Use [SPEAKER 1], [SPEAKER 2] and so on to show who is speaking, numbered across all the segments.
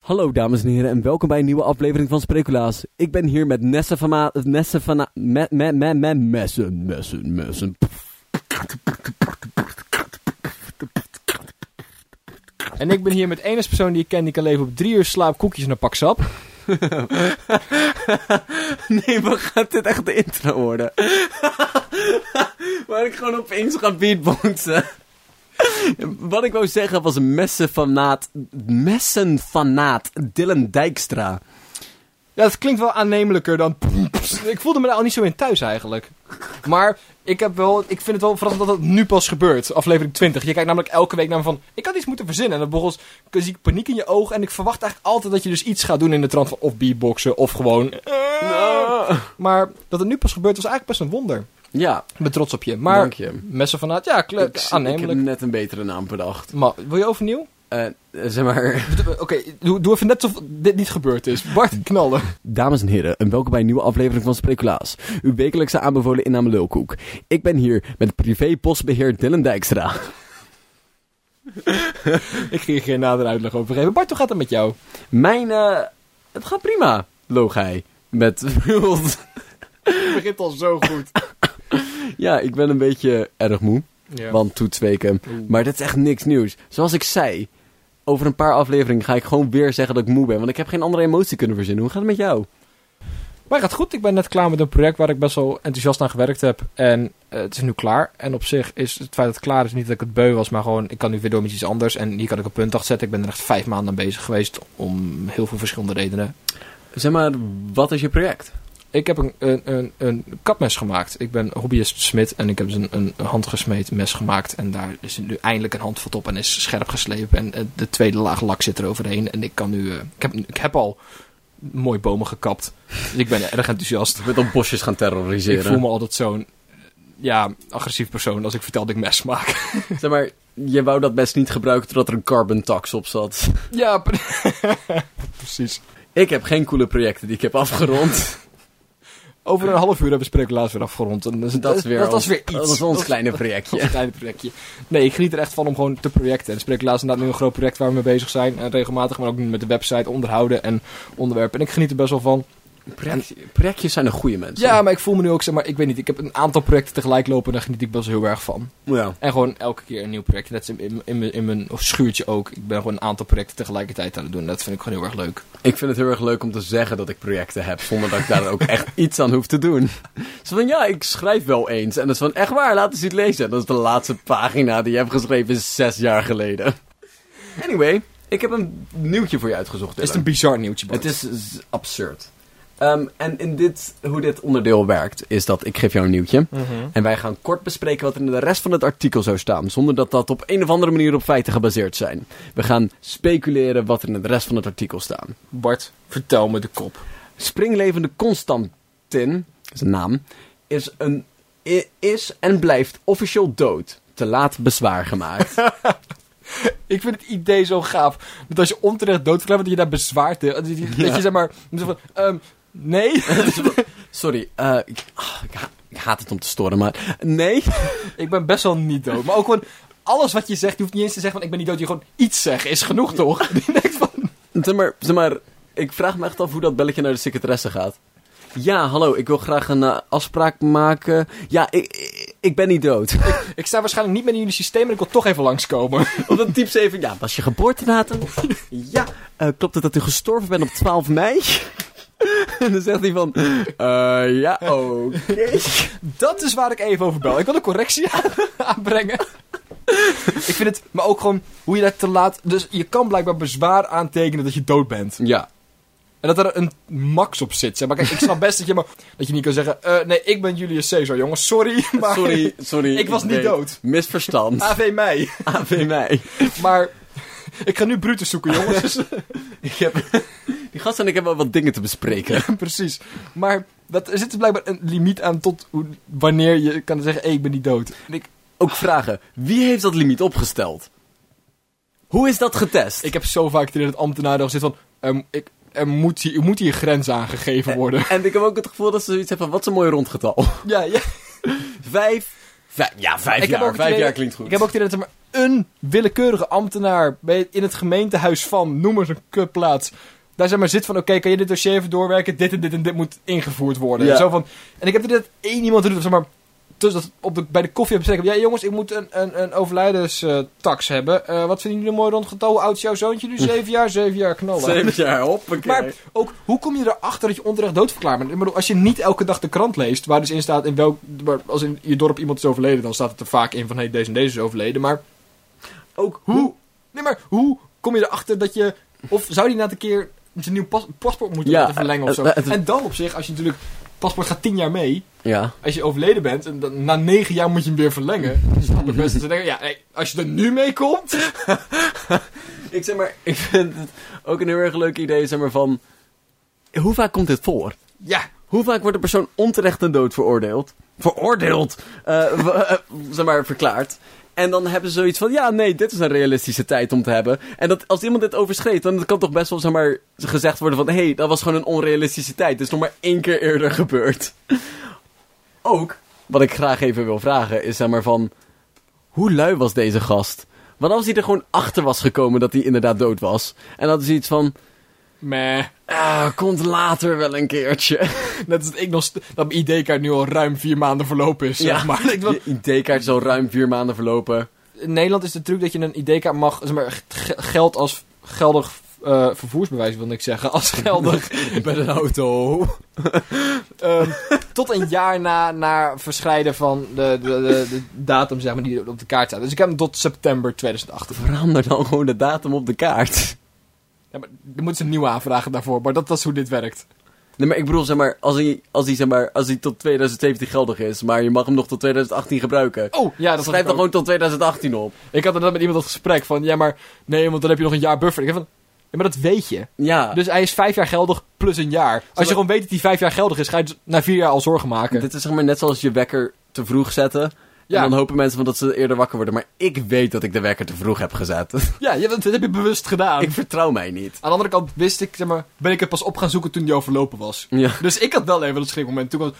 [SPEAKER 1] Hallo dames en heren en welkom bij een nieuwe aflevering van Spreculaas. Ik ben hier met Nesse van Ma... Nesse van... Ma- Me, me, me, me, messen, messen, messen.
[SPEAKER 2] En ik ben hier met enige persoon die ik ken die kan leven op drie uur slaap, koekjes en een pak sap.
[SPEAKER 1] Nee, maar gaat dit echt de intro worden? Waar ik gewoon opeens ga beatboxen. Wat ik wou zeggen was messenfanaat... Messenfanaat Dylan Dijkstra.
[SPEAKER 2] Ja, dat klinkt wel aannemelijker dan... Ik voelde me daar al niet zo in thuis eigenlijk. Maar ik, heb wel, ik vind het wel verrassend dat dat nu pas gebeurt, aflevering 20. Je kijkt namelijk elke week naar me van, ik had iets moeten verzinnen. En dan begon zie ik paniek in je ogen en ik verwacht eigenlijk altijd dat je dus iets gaat doen in de trant van of beatboxen of gewoon... Ah. Maar dat het nu pas gebeurt was eigenlijk best een wonder.
[SPEAKER 1] Ja,
[SPEAKER 2] Ik ben trots op je. Maar
[SPEAKER 1] dank je.
[SPEAKER 2] messen vanuit, ja, kle-
[SPEAKER 1] Ik, ik heb
[SPEAKER 2] aannemelijk.
[SPEAKER 1] net een betere naam bedacht.
[SPEAKER 2] Maar wil je overnieuw?
[SPEAKER 1] Eh, zeg maar...
[SPEAKER 2] Oké, doe, doe even net alsof dit niet gebeurd is. Bart, knallen.
[SPEAKER 1] Dames en heren, en welkom bij een nieuwe aflevering van Spreculaas. Uw wekelijkse aanbevolen inname Lulkoek. Ik ben hier met privépostbeheer Dylan Dijkstra.
[SPEAKER 2] Ik ging geen nader uitleg over geven. Bart, hoe gaat het met jou?
[SPEAKER 1] Mijn, eh, het gaat prima, loog hij. Met,
[SPEAKER 2] Het begint al zo goed.
[SPEAKER 1] ja, ik ben een beetje erg moe,
[SPEAKER 2] Ja.
[SPEAKER 1] want toetsweken. Maar dat is echt niks nieuws. Zoals ik zei, over een paar afleveringen ga ik gewoon weer zeggen dat ik moe ben. Want ik heb geen andere emotie kunnen verzinnen. Hoe gaat het met jou?
[SPEAKER 2] Maar gaat goed. Ik ben net klaar met een project waar ik best wel enthousiast aan gewerkt heb. En eh, het is nu klaar. En op zich is het feit dat het klaar is niet dat ik het beu was. Maar gewoon, ik kan nu weer door met iets anders. En hier kan ik een punt achter zetten. Ik ben er echt vijf maanden aan bezig geweest. Om heel veel verschillende redenen.
[SPEAKER 1] Zeg maar, wat is je project?
[SPEAKER 2] Ik heb een, een, een, een kapmes gemaakt. Ik ben hobbyist smid en ik heb dus een, een handgesmeed mes gemaakt. En daar is nu eindelijk een handvat op en is scherp geslepen. En eh, de tweede laag lak zit er overheen. En ik kan nu... eh, ik, heb, ik heb al mooi bomen gekapt. Dus ik ben erg enthousiast.
[SPEAKER 1] Ik ben op bosjes gaan terroriseren.
[SPEAKER 2] Ik voel me altijd zo'n... eh, Ja, agressief persoon als ik vertel dat ik mes maak.
[SPEAKER 1] Zeg maar, je wou dat best niet gebruiken totdat er een carbon tax op zat.
[SPEAKER 2] Ja, pre- precies.
[SPEAKER 1] Ik heb geen coole projecten die ik heb afgerond.
[SPEAKER 2] Over een half uur hebben we Sprekelaars weer afgerond. En dus
[SPEAKER 1] Dat is weer,
[SPEAKER 2] dat
[SPEAKER 1] ons,
[SPEAKER 2] was weer iets.
[SPEAKER 1] Dat is ons kleine projectje.
[SPEAKER 2] Een kleine projectje. Nee, ik geniet er echt van om gewoon te projecten. En spreek laatst inderdaad nu een groot project waar we mee bezig zijn. En regelmatig, maar ook met de website onderhouden en onderwerpen. En ik geniet er best wel van.
[SPEAKER 1] Project- projectjes zijn een goede mensen.
[SPEAKER 2] Ja, maar ik voel me nu ook, zeg maar, ik weet niet. Ik heb een aantal projecten tegelijk lopen en daar geniet ik best wel heel erg van.
[SPEAKER 1] Ja.
[SPEAKER 2] En gewoon elke keer een nieuw project. Net als in, in, in, mijn- in mijn schuurtje ook. Ik ben gewoon een aantal projecten tegelijkertijd aan het doen. Dat vind ik gewoon heel erg leuk.
[SPEAKER 1] Ik vind het heel erg leuk om te zeggen dat ik projecten heb, zonder dat ik daar ook echt iets aan hoef te doen. Zo van, ja, ik schrijf wel eens. En dat is van, echt waar, laat eens iets lezen. Dat is de laatste pagina die je hebt geschreven is zes jaar geleden. Anyway, ik heb een nieuwtje voor je uitgezocht.
[SPEAKER 2] Het is
[SPEAKER 1] Dylan.
[SPEAKER 2] een bizar nieuwtje, Bart.
[SPEAKER 1] Het is z- absurd. Ehm, en in dit, hoe dit onderdeel werkt, is dat ik geef jou een nieuwtje. En wij gaan kort bespreken wat er in de rest van het artikel zou staan. Zonder dat dat op een of andere manier op feiten gebaseerd zijn. We gaan speculeren wat er in de rest van het artikel staat.
[SPEAKER 2] Bart, vertel me de kop.
[SPEAKER 1] Springlevende Constantin, zijn naam, is, een, i- is en blijft officieel dood. Te laat bezwaar gemaakt.
[SPEAKER 2] Ik vind het idee zo gaaf. Dat als je onterecht doodverklaart, dat je daar bezwaar tegen... Dat je, dat je zeg maar... zo van, ehm, nee,
[SPEAKER 1] Sorry, eh, ik, ah, ik, ha- ik haat het om te storen, maar nee.
[SPEAKER 2] ik ben best wel niet dood. Maar ook gewoon... Alles wat je zegt, je hoeft niet eens te zeggen van ik ben niet dood. Je gewoon iets zeggen is genoeg, toch? Die denkt van...
[SPEAKER 1] Zeg maar, zeg maar, ik vraag me echt af hoe dat belletje naar de secretaresse gaat. Ja, hallo, ik wil graag een eh, afspraak maken. Ja, ik, ik, ik ben niet dood.
[SPEAKER 2] Ik sta waarschijnlijk niet meer in jullie systeem, maar ik wil toch even langskomen.
[SPEAKER 1] Of dan type ze even, ja, was je geboortedatum? ja, eh, klopt het dat u gestorven bent op 12 mei? en dan zegt hij van, eh, ja, oké.
[SPEAKER 2] Dat is waar ik even over bel. Ik wil een correctie aan- aanbrengen. Ik vind het... Maar ook gewoon hoe je dat te laat... Dus je kan blijkbaar bezwaar aantekenen dat je dood bent.
[SPEAKER 1] Ja,
[SPEAKER 2] En dat er een max op zit. Zeg maar kijk, ik snap best dat je, maar, dat je niet kan zeggen... eh, nee, ik ben Julius Caesar, jongens. Sorry, maar...
[SPEAKER 1] sorry, sorry.
[SPEAKER 2] Ik was niet
[SPEAKER 1] weet-
[SPEAKER 2] dood.
[SPEAKER 1] Misverstand.
[SPEAKER 2] AV mij.
[SPEAKER 1] AV mij.
[SPEAKER 2] Maar... Ik ga nu Brutus zoeken, jongens.
[SPEAKER 1] Ik heb... Die gast en ik hebben wel wat dingen te bespreken.
[SPEAKER 2] Precies. Maar dat, er zit dus blijkbaar een limiet aan tot hoe, wanneer je kan zeggen... hey, ik ben niet dood. En ik,
[SPEAKER 1] Ook vragen, wie heeft dat limiet opgesteld? Hoe is dat getest?
[SPEAKER 2] ik heb zo vaak het idee dat ambtenaren al zitten van... ehm, ik, er, moet hier, er moet hier grens aangegeven worden.
[SPEAKER 1] En ik heb ook het gevoel dat ze zoiets hebben van, wat is een mooi rondgetal.
[SPEAKER 2] ja, ja.
[SPEAKER 1] Vijf, Vij- ja, vijf
[SPEAKER 2] Ik heb
[SPEAKER 1] jaar.
[SPEAKER 2] ook het
[SPEAKER 1] Vijf
[SPEAKER 2] idee-
[SPEAKER 1] jaar klinkt goed.
[SPEAKER 2] Ik heb ook het idee dat er maar een willekeurige ambtenaar bij- in het gemeentehuis van, noem eens een kutplaats. Daar zeg maar zit van, oké, kan je dit dossier even doorwerken? Dit en dit en dit moet ingevoerd worden.
[SPEAKER 1] Ja.
[SPEAKER 2] Zo van, en ik heb het idee dat één iemand doet, zeg maar, dus dat op de, bij de koffie heb gezegd, ja jongens, ik moet een, een, een overlijdenstax hebben. Eh, wat vinden jullie een mooi rond getal? Hoe oud is jouw zoontje nu? Zeven jaar? Zeven jaar knallen.
[SPEAKER 1] Hm. Zeven jaar, hoppakee.
[SPEAKER 2] Maar ook, hoe kom je erachter dat je onterecht doodverklaard bent? Ik bedoel, als je niet elke dag de krant leest, waar dus in staat in welk... waar- Als in je dorp iemand is overleden, dan staat het er vaak in van, hé, hey, deze en deze is overleden. Maar
[SPEAKER 1] ook
[SPEAKER 2] hoe... Nee, maar hoe kom je erachter dat je... Of zou die na een keer zijn nieuw pas- paspoort moeten
[SPEAKER 1] Ja,
[SPEAKER 2] laten verlengen of zo?
[SPEAKER 1] het- het-
[SPEAKER 2] en dan op zich, als je natuurlijk... Paspoort gaat tien jaar mee.
[SPEAKER 1] Ja.
[SPEAKER 2] Als je overleden bent, en dan, na negen jaar moet je hem weer verlengen. Dus snap ik best dat ze denken, ja, hey, als je er nu mee komt...
[SPEAKER 1] Ik zeg maar, ik vind het ook een heel erg leuk idee, zeg maar, van... Hoe vaak komt dit voor?
[SPEAKER 2] Ja,
[SPEAKER 1] Hoe vaak wordt een persoon onterecht ten dood veroordeeld? Veroordeeld! Eh, w- eh, zeg maar, verklaard. En dan hebben ze zoiets van, ja, nee, dit is een realistische tijd om te hebben. En dat, als iemand dit overschreed, dan kan toch best wel, zeg maar, gezegd worden van... Hé, hey, dat was gewoon een onrealistische tijd. Het is nog maar één keer eerder gebeurd. Ook, wat ik graag even wil vragen, is zeg maar van... Hoe lui was deze gast? Want als hij er gewoon achter was gekomen dat hij inderdaad dood was... En dat is iets van...
[SPEAKER 2] meh.
[SPEAKER 1] Ah, komt later wel een keertje.
[SPEAKER 2] Net als dat ik nog st- dat mijn ID-kaart nu al ruim vier maanden verlopen is, zeg maar. Ik bedoel,
[SPEAKER 1] Je ID-kaart is al ruim vier maanden verlopen.
[SPEAKER 2] in Nederland is de truc dat je een ID-kaart mag, zeg maar, g- g- geld als geldig eh, vervoersbewijs wil ik zeggen, als geldig
[SPEAKER 1] Met een auto.
[SPEAKER 2] ehm, tot een jaar na, na verschijnen van de, de, de, de datum, zeg maar, die op de kaart staat. Dus ik heb hem tot september 2018.
[SPEAKER 1] Verander dan gewoon de datum op de kaart.
[SPEAKER 2] Ja, maar dan moeten ze een nieuwe aanvragen daarvoor, maar dat, dat is hoe dit werkt.
[SPEAKER 1] Nee, maar ik bedoel, zeg maar, als hij, als hij, zeg maar, als hij tot 2017 geldig is, maar je mag hem nog tot 2018 gebruiken.
[SPEAKER 2] Oh, ja, dat
[SPEAKER 1] Schrijf
[SPEAKER 2] was
[SPEAKER 1] dan
[SPEAKER 2] ik, ook.
[SPEAKER 1] gewoon tot 2018 op.
[SPEAKER 2] ik had er net met iemand dat gesprek van, ja, maar nee, want dan heb je nog een jaar buffer. Ik heb van, ja, maar dat weet je.
[SPEAKER 1] Ja,
[SPEAKER 2] Dus hij is vijf jaar geldig plus een jaar. Als je
[SPEAKER 1] maar-
[SPEAKER 2] gewoon weet dat hij vijf jaar geldig is, ga je dus na vier jaar al zorgen maken.
[SPEAKER 1] dit is zeg maar net zoals je wekker te vroeg zetten.
[SPEAKER 2] Ja.
[SPEAKER 1] En dan hopen mensen van dat ze eerder wakker worden. Maar ik weet dat ik de wekker te vroeg heb gezet.
[SPEAKER 2] Ja, ja, dat, dat heb je bewust gedaan.
[SPEAKER 1] ik vertrouw mij niet.
[SPEAKER 2] Aan de andere kant wist ik, zeg maar, ben ik het pas op gaan zoeken toen die overlopen was.
[SPEAKER 1] Ja.
[SPEAKER 2] Dus ik had wel even dat schrikmoment. Toen was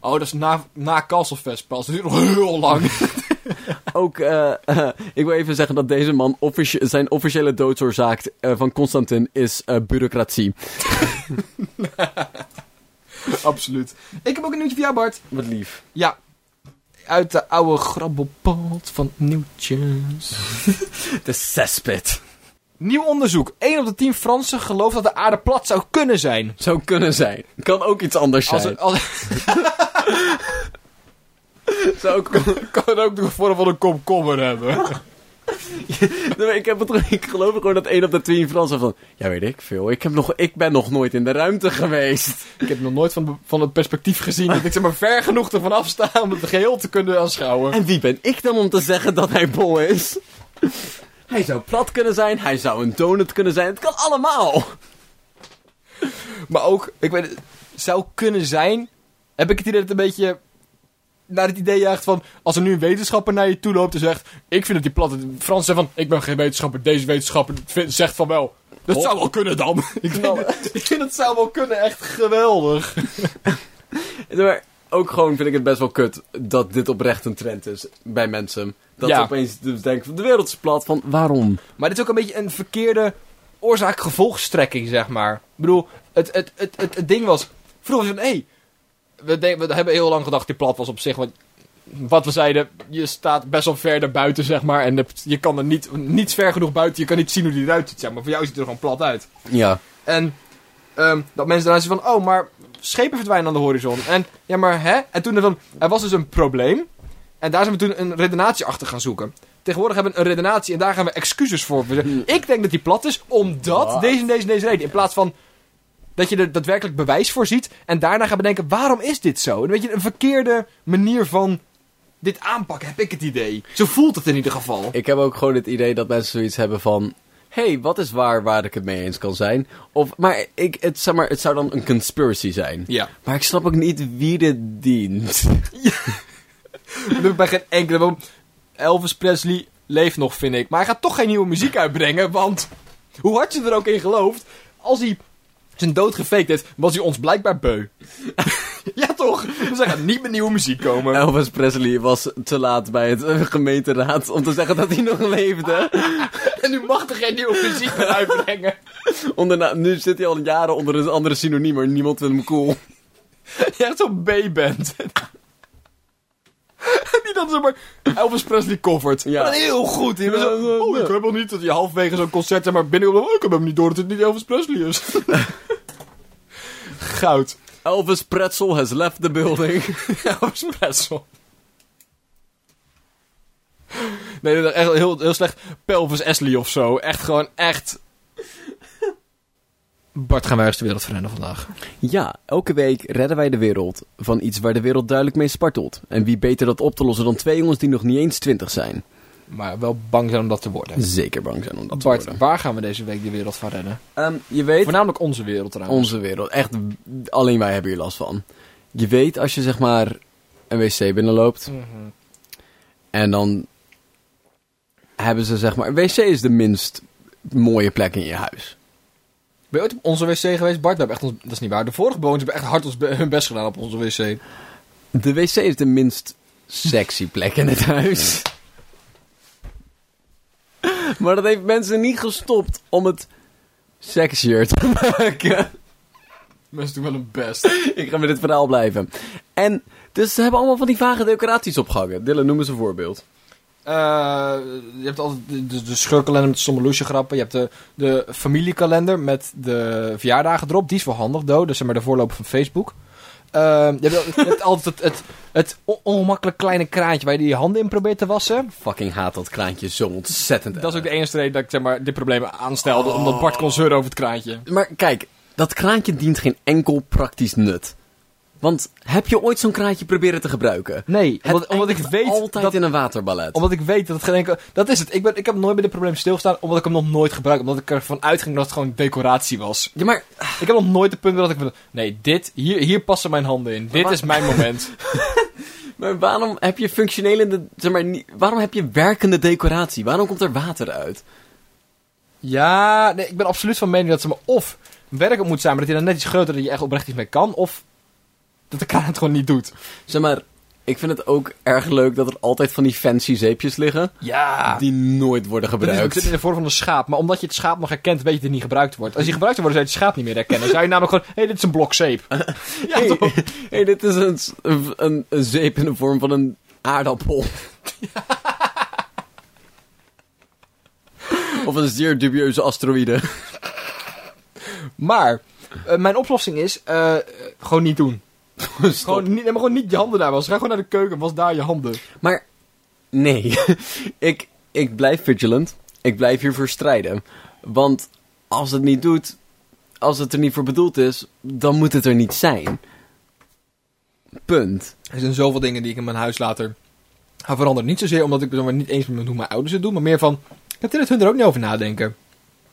[SPEAKER 2] oh, dat is na, na Castlefest pas. Dat duurt nog heel lang.
[SPEAKER 1] Ook, eh, eh, ik wil even zeggen dat deze man officie- zijn officiële doodsoorzaak eh, van Constantin is eh, bureaucratie.
[SPEAKER 2] Absoluut. Ik heb ook een nieuwtje voor jou, Bart.
[SPEAKER 1] Wat lief.
[SPEAKER 2] Ja. Uit de oude grabbelpot van nieuwtjes.
[SPEAKER 1] De cesspit.
[SPEAKER 2] Nieuw onderzoek. 1 op de 10 Fransen gelooft dat de aarde plat zou kunnen zijn.
[SPEAKER 1] Zou kunnen zijn. Kan ook iets anders
[SPEAKER 2] Als
[SPEAKER 1] zijn.
[SPEAKER 2] er, als,
[SPEAKER 1] Zou ook...
[SPEAKER 2] kan het ook de vorm van een komkommer hebben.
[SPEAKER 1] Nee, maar ik, heb het, ik geloof gewoon dat 1 op de 2 in Frans van... Ja, weet ik veel. Ik, heb nog, ik ben nog nooit in de ruimte geweest.
[SPEAKER 2] Ik heb nog nooit van, van het perspectief gezien dat ik zeg maar ver genoeg ervan afsta om het geheel te kunnen aanschouwen.
[SPEAKER 1] En wie ben ik dan om te zeggen dat hij bol is? Hij zou plat kunnen zijn. Hij zou een donut kunnen zijn. Het kan allemaal.
[SPEAKER 2] Maar ook, ik weet het, zou kunnen zijn, heb ik het idee dat het een beetje naar het idee jaagt van, als er nu een wetenschapper naar je toe loopt en zegt, ik vind dat die platte Frans zegt van, ik ben geen wetenschapper, deze wetenschapper vindt- zegt van wel. Dat
[SPEAKER 1] Hop.
[SPEAKER 2] zou wel kunnen dan. Ik,
[SPEAKER 1] Nou,
[SPEAKER 2] vind, ik vind het zou wel kunnen, echt geweldig.
[SPEAKER 1] Nee, Maar ook gewoon vind ik het best wel kut dat dit oprecht een trend is bij mensen. Dat
[SPEAKER 2] Ja.
[SPEAKER 1] ze opeens dus denken van de wereld is plat. Van waarom?
[SPEAKER 2] Maar dit is ook een beetje een verkeerde oorzaak-gevolgstrekking, zeg maar. Ik bedoel, het, het, het, het, het ding was... Vroeger was het van, hé... we, denk- we hebben heel lang gedacht die plat was op zich, want... Wat we zeiden, je staat best wel ver naar buiten, zeg maar. En hebt- je kan er niet, niet ver genoeg buiten, je kan niet zien hoe die eruit ziet, zeg maar. Voor jou ziet het er gewoon plat uit.
[SPEAKER 1] Ja.
[SPEAKER 2] En ehm, dat mensen daarna zeggen van, oh, maar schepen verdwijnen aan de horizon. En ja, maar hè? En toen er dan, er was dus een probleem. En daar zijn we toen een redenatie achter gaan zoeken. Tegenwoordig hebben we een redenatie en daar gaan we excuses voor. verzinnen. Ik denk dat die plat is, omdat
[SPEAKER 1] Wat?
[SPEAKER 2] deze en deze en deze reden. In plaats van dat je er daadwerkelijk bewijs voor ziet. En daarna gaat bedenken, waarom is dit zo? Een beetje een verkeerde manier van dit aanpakken, heb ik het idee. Zo voelt het in ieder geval.
[SPEAKER 1] Ik heb ook gewoon het idee dat mensen zoiets hebben van... Hé, hey, wat is waar waar ik het mee eens kan zijn? Of, maar, ik, het, zeg maar het zou dan een conspiracy zijn.
[SPEAKER 2] Ja.
[SPEAKER 1] Maar ik snap ook niet wie dit dient.
[SPEAKER 2] Dat doe ik bij geen enkele. want Elvis Presley leeft nog, vind ik. Maar hij gaat toch geen nieuwe muziek uitbrengen, want hoe hard je er ook in gelooft, als hij zijn dood gefaked heeft, was hij ons blijkbaar beu. Ja, toch? Dus hij gaat niet met nieuwe muziek komen.
[SPEAKER 1] Elvis Presley was te laat bij het eh, gemeenteraad om te zeggen dat hij nog leefde.
[SPEAKER 2] En nu mag er geen nieuwe muziek meer uitbrengen.
[SPEAKER 1] Onderna- nu zit hij al jaren onder een andere synoniem, maar niemand vindt hem cool.
[SPEAKER 2] Ja, echt zo'n B-band. Die dan zomaar Elvis Presley covert.
[SPEAKER 1] Ja.
[SPEAKER 2] Maar heel goed. Die
[SPEAKER 1] Ja,
[SPEAKER 2] zo,
[SPEAKER 1] ja,
[SPEAKER 2] oh,
[SPEAKER 1] ja.
[SPEAKER 2] ik heb al niet dat je halverwege zo'n concert zeg maar binnen komt. Oh, ik heb hem niet door dat het niet Elvis Presley is. Goud.
[SPEAKER 1] Elvis Pretzel has left the building.
[SPEAKER 2] Elvis Presley. Nee, dat is echt heel, heel slecht. Pelvis Esley of zo. Echt gewoon, echt. Bart, gaan wij eens de wereld verrennen vandaag?
[SPEAKER 1] Ja, elke week redden wij de wereld van iets waar de wereld duidelijk mee spartelt. En wie beter dat op te lossen dan twee jongens die nog niet eens twintig zijn.
[SPEAKER 2] Maar wel bang zijn om dat te worden.
[SPEAKER 1] Zeker bang zijn om dat te
[SPEAKER 2] Bart,
[SPEAKER 1] worden.
[SPEAKER 2] waar gaan we deze week de wereld van redden?
[SPEAKER 1] Ehm, je weet,
[SPEAKER 2] Voornamelijk onze wereld trouwens.
[SPEAKER 1] onze wereld, echt, alleen wij hebben hier last van. Je weet als je zeg maar een wc binnenloopt en dan hebben ze zeg maar... Een wc is de minst mooie plek in je huis.
[SPEAKER 2] Ben je ooit op onze wc geweest, Bart? We hebben echt ons... Dat is niet waar. De vorige bewoners hebben echt hard ons be- hun best gedaan op onze wc.
[SPEAKER 1] De wc is de minst sexy plek in het huis. Maar dat heeft mensen niet gestopt om het sexier te maken.
[SPEAKER 2] Mensen doen wel hun best.
[SPEAKER 1] Ik ga met dit verhaal blijven. En dus ze hebben allemaal van die vage decoraties opgehangen. Dylan, noem eens een voorbeeld.
[SPEAKER 2] Eh, je hebt altijd de, de, de scheurkalender met de stomme loesje grappen. Je hebt de, de familiekalender met de verjaardagen erop. Die is wel handig, dood. Dat is zeg maar de voorloper van Facebook. Ehm, je, hebt, al- je hebt altijd het, het, het on- ongemakkelijk kleine kraantje waar je je handen in probeert te wassen.
[SPEAKER 1] Fucking haat dat kraantje zo ontzettend.
[SPEAKER 2] Dat is ook de enige reden dat ik zeg maar, dit probleem aanstelde.
[SPEAKER 1] Oh.
[SPEAKER 2] Omdat Bart kon zeuren over het kraantje.
[SPEAKER 1] Maar kijk, dat kraantje dient geen enkel praktisch nut. Want heb je ooit zo'n kraantje proberen te gebruiken?
[SPEAKER 2] Nee,
[SPEAKER 1] Het
[SPEAKER 2] omdat, omdat ik
[SPEAKER 1] eindigt
[SPEAKER 2] weet
[SPEAKER 1] altijd
[SPEAKER 2] dat
[SPEAKER 1] in een waterballet.
[SPEAKER 2] omdat ik weet dat het geen enkel... Dat is het. Ik, ben, ik heb nooit bij dit probleem stilgestaan, omdat ik hem nog nooit gebruik. Omdat ik ervan uitging dat het gewoon decoratie was.
[SPEAKER 1] Ja, maar
[SPEAKER 2] Ik heb nog nooit het punt dat ik... van, Nee, dit... Hier, hier passen mijn handen in. Dit
[SPEAKER 1] Maar-
[SPEAKER 2] is mijn moment.
[SPEAKER 1] Maar waarom heb je functionele, de- zeg maar, niet- waarom heb je werkende decoratie? Waarom komt er water uit?
[SPEAKER 2] ja, nee, ik ben absoluut van mening dat ze me of werk op moet zijn, maar dat hij dan net iets groter dat je echt oprecht iets mee kan. Of dat de kraan het gewoon niet doet.
[SPEAKER 1] Zeg maar, ik vind het ook erg leuk dat er altijd van die fancy zeepjes liggen
[SPEAKER 2] Ja.
[SPEAKER 1] die nooit worden
[SPEAKER 2] Dat is, het
[SPEAKER 1] gebruikt.
[SPEAKER 2] zit in de vorm van een schaap, maar omdat je het schaap nog herkent, weet je dat het niet gebruikt wordt. Als die gebruikt wordt, zou je het schaap niet meer herkennen. Dan zou je namelijk gewoon, hé, hey, dit is een blok zeep. ja,
[SPEAKER 1] hey,
[SPEAKER 2] toch?
[SPEAKER 1] hey, dit is een, s- een- een, een zeep in de vorm van een aardappel. Of een zeer dubieuze asteroïde.
[SPEAKER 2] Maar eh, mijn oplossing is eh, eh, gewoon niet doen.
[SPEAKER 1] Stop.
[SPEAKER 2] Gewoon niet, nee, maar gewoon niet je handen daar was. Ga gewoon naar de keuken, was daar je handen.
[SPEAKER 1] Maar nee, ik, ik blijf vigilant. Ik blijf hiervoor strijden. Want als het niet doet, als het er niet voor bedoeld is, dan moet het er niet zijn. Punt.
[SPEAKER 2] Er zijn zoveel dingen die ik in mijn huis later ga veranderen. Niet zozeer omdat ik zeg maar, niet eens meer hoe mijn ouders het doen, maar meer van, ik heb dit hun er ook niet over nadenken.